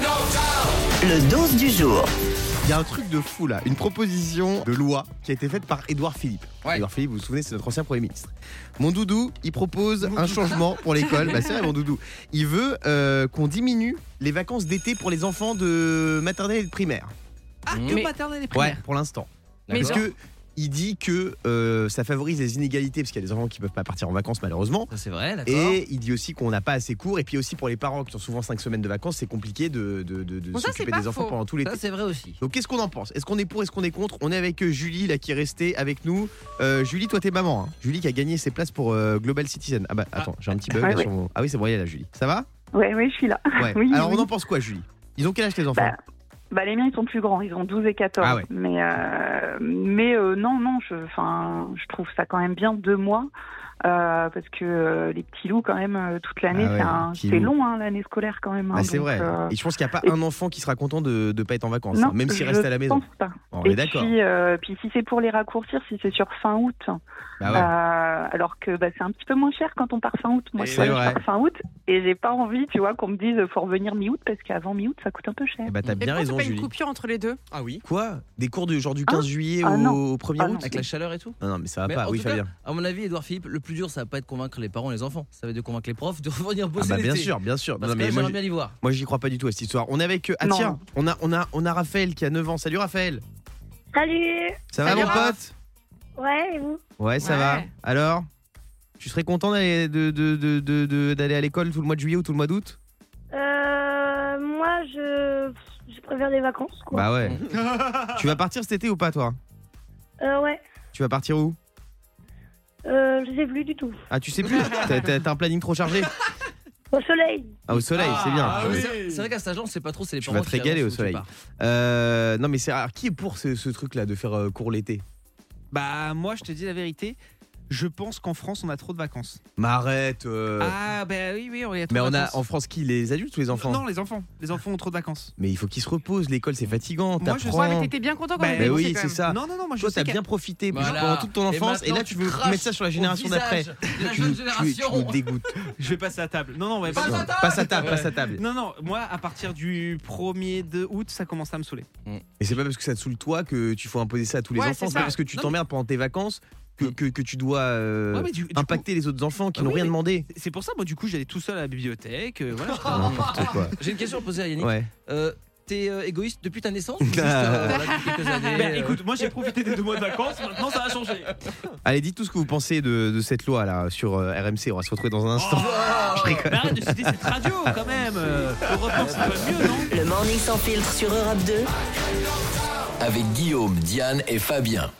Le dose du jour. Il y a un truc de fou là, une proposition de loi qui a été faite par Édouard Philippe. Ouais. Édouard Philippe, vous vous souvenez, c'est notre ancien Premier ministre. Mon doudou, il propose un changement pour l'école. Bah, c'est vrai, mon doudou. Il veut euh, qu'on diminue les vacances d'été pour les enfants de maternelle et de primaire. Ah, Mmh. que Mais- maternelle et primaire. pour l'instant. Mais Parce que il dit que euh, ça favorise les inégalités parce qu'il y a des enfants qui peuvent pas partir en vacances malheureusement. Ça, c'est vrai, d'accord. Et il dit aussi qu'on n'a pas assez cours. Et puis aussi pour les parents qui ont souvent 5 semaines de vacances, c'est compliqué de, de, de- de Bon, ça, s'occuper c'est pas des enfants faux. pendant tout l'été. Ça, c'est vrai aussi. Donc qu'est-ce qu'on en pense Est-ce qu'on est pour, est-ce qu'on est contre On est avec euh, Julie là qui est restée avec nous. Euh, Julie, toi t'es maman. hein. Julie qui a gagné ses places pour euh, Global Citizen. Ah bah attends, j'ai un petit bug Ah, là oui. sur mon- Ah oui, c'est broyé là Julie. Ça va Ouais, oui, je suis là. Ouais. Oui, Alors oui. on en pense quoi Julie Ils ont quel âge tes enfants Bah, Bah, les miens, ils sont plus grands, ils ont 12 et 14. Ah ouais. Mais, euh, mais euh, non, non, je, enfin, je trouve ça quand même bien deux mois. euh, parce que euh, les petits loups, quand même, euh, toute l'année, Ah ouais, c'est un- petits c'est loups. long, hein, l'année scolaire, quand même. hein, Bah, C'est donc, vrai. euh, Et je pense qu'il n'y a pas et- un enfant qui sera content de ne pas être en vacances, non, hein, même s'il je reste à la maison. pense pas. Bon, on et est d'accord. Puis, euh, puis si c'est pour les raccourcir, si c'est sur fin août, Bah ouais. euh, alors que bah, c'est un petit peu moins cher quand on part fin août. Moi, Et je suis allée c'est vrai. par fin août et j'ai pas envie, tu vois, qu'on me dise faut revenir mi-août parce qu'avant mi-août, ça coûte un peu cher. Eh bah t'as Mais bien pourquoi raison t'as pas une Julie. coupure entre les deux Ah oui. Quoi Des cours du genre du Ah. 15 juillet Ah, non. au 1er Ah, non. août Avec la chaleur et tout. non. non mais ça va Mais pas. en Oui tout cas, Fabien. Ah À mon avis, Edouard Philippe, le plus dur, ça va pas être de convaincre les parents et les enfants. Ça va être de convaincre les profs de revenir Ah bosser bah bien l'été. sûr, bien sûr. Parce que Non, mais moi, j'aimerais je- bien l'y voir. moi j'y crois pas du tout à cette histoire. On est avec ah Non. tiens, on a on a on a Raphaël qui a 9 ans. Salut Raphaël. Salut Ça va Salut, mon Raph. pote Ouais, et vous Ouais, ça Ouais. va. Alors Tu serais content d'aller de, de- de- de- de- d'aller à l'école tout le mois de juillet ou tout le mois d'août euh, Moi, je, je préfère les vacances, quoi. Bah ouais. tu vas partir cet été ou pas, toi Euh, ouais, Tu vas partir où euh, je sais plus du tout. Ah, tu sais plus T'as- T'as t'as un planning trop chargé Au soleil Ah, au soleil, c'est bien. Ah oui. C'est c'est vrai qu'à cet âge-là, on sait pas trop, c'est les Tu parents vas te qui régaler annoncent où au tu soleil. pars. Euh, non, mais c'est rare. Qui est pour ce, ce truc-là de faire euh, cours l'été Bah moi je te dis la vérité, je pense qu'en France on a trop de vacances. Mais arrête euh, Ah bah oui oui on a trop Mais de on a vacances. en France qui Les adultes ou les enfants Non les enfants, les enfants ont trop de vacances. Mais il faut qu'ils se reposent. L'école, c'est fatigant. Moi, je T'apprends. Ouais, mais t'étais bien content quand Bah, même. Mais mais oui, quand c'est même. ça. Non non non moi je Toi, sais t'as qu'à- bien profité Voilà. pendant toute ton Et enfance, et, là, maintenant, tu tu veux craches mettre ça sur la au génération d'après. visage de La Tu nous- jeune tu- tu nous génération. dégoûtes. Je vais passer à table. Non non mais Passe à table. Passe à table, passe à table. Non non, moi à partir du 1er de août, ça commence à me saouler. Et c'est pas parce que ça te saoule toi que tu faut imposer ça à tous les Ouais, enfants. c'est C'est pas ça. parce que tu Non, t'emmerdes pendant tes vacances que, que, que tu dois euh, Ouais, mais du- du coup, impacter les autres enfants qui Ah n'ont oui, rien mais- demandé. c'est pour ça moi du coup j'allais tout seul à la bibliothèque, euh, voilà. N'importe quoi. Ah. J'ai une question à poser à Yannick. Ouais. Euh, T'es euh, égoïste depuis ta naissance ou juste, Ah. euh, voilà, depuis quelques années, Ben, Bah, euh, écoute, moi j'ai profité des deux mois de vacances, maintenant ça a changé. Allez, dites tout ce que vous pensez de, de cette loi là sur euh, RMC. On va se retrouver dans un instant. Oh, mais arrête de citer cette radio quand même. Euh, Europe 1, c'est pas mieux non Le morning sans filtre sur Europe 2. avec Guillaume, Diane et Fabien.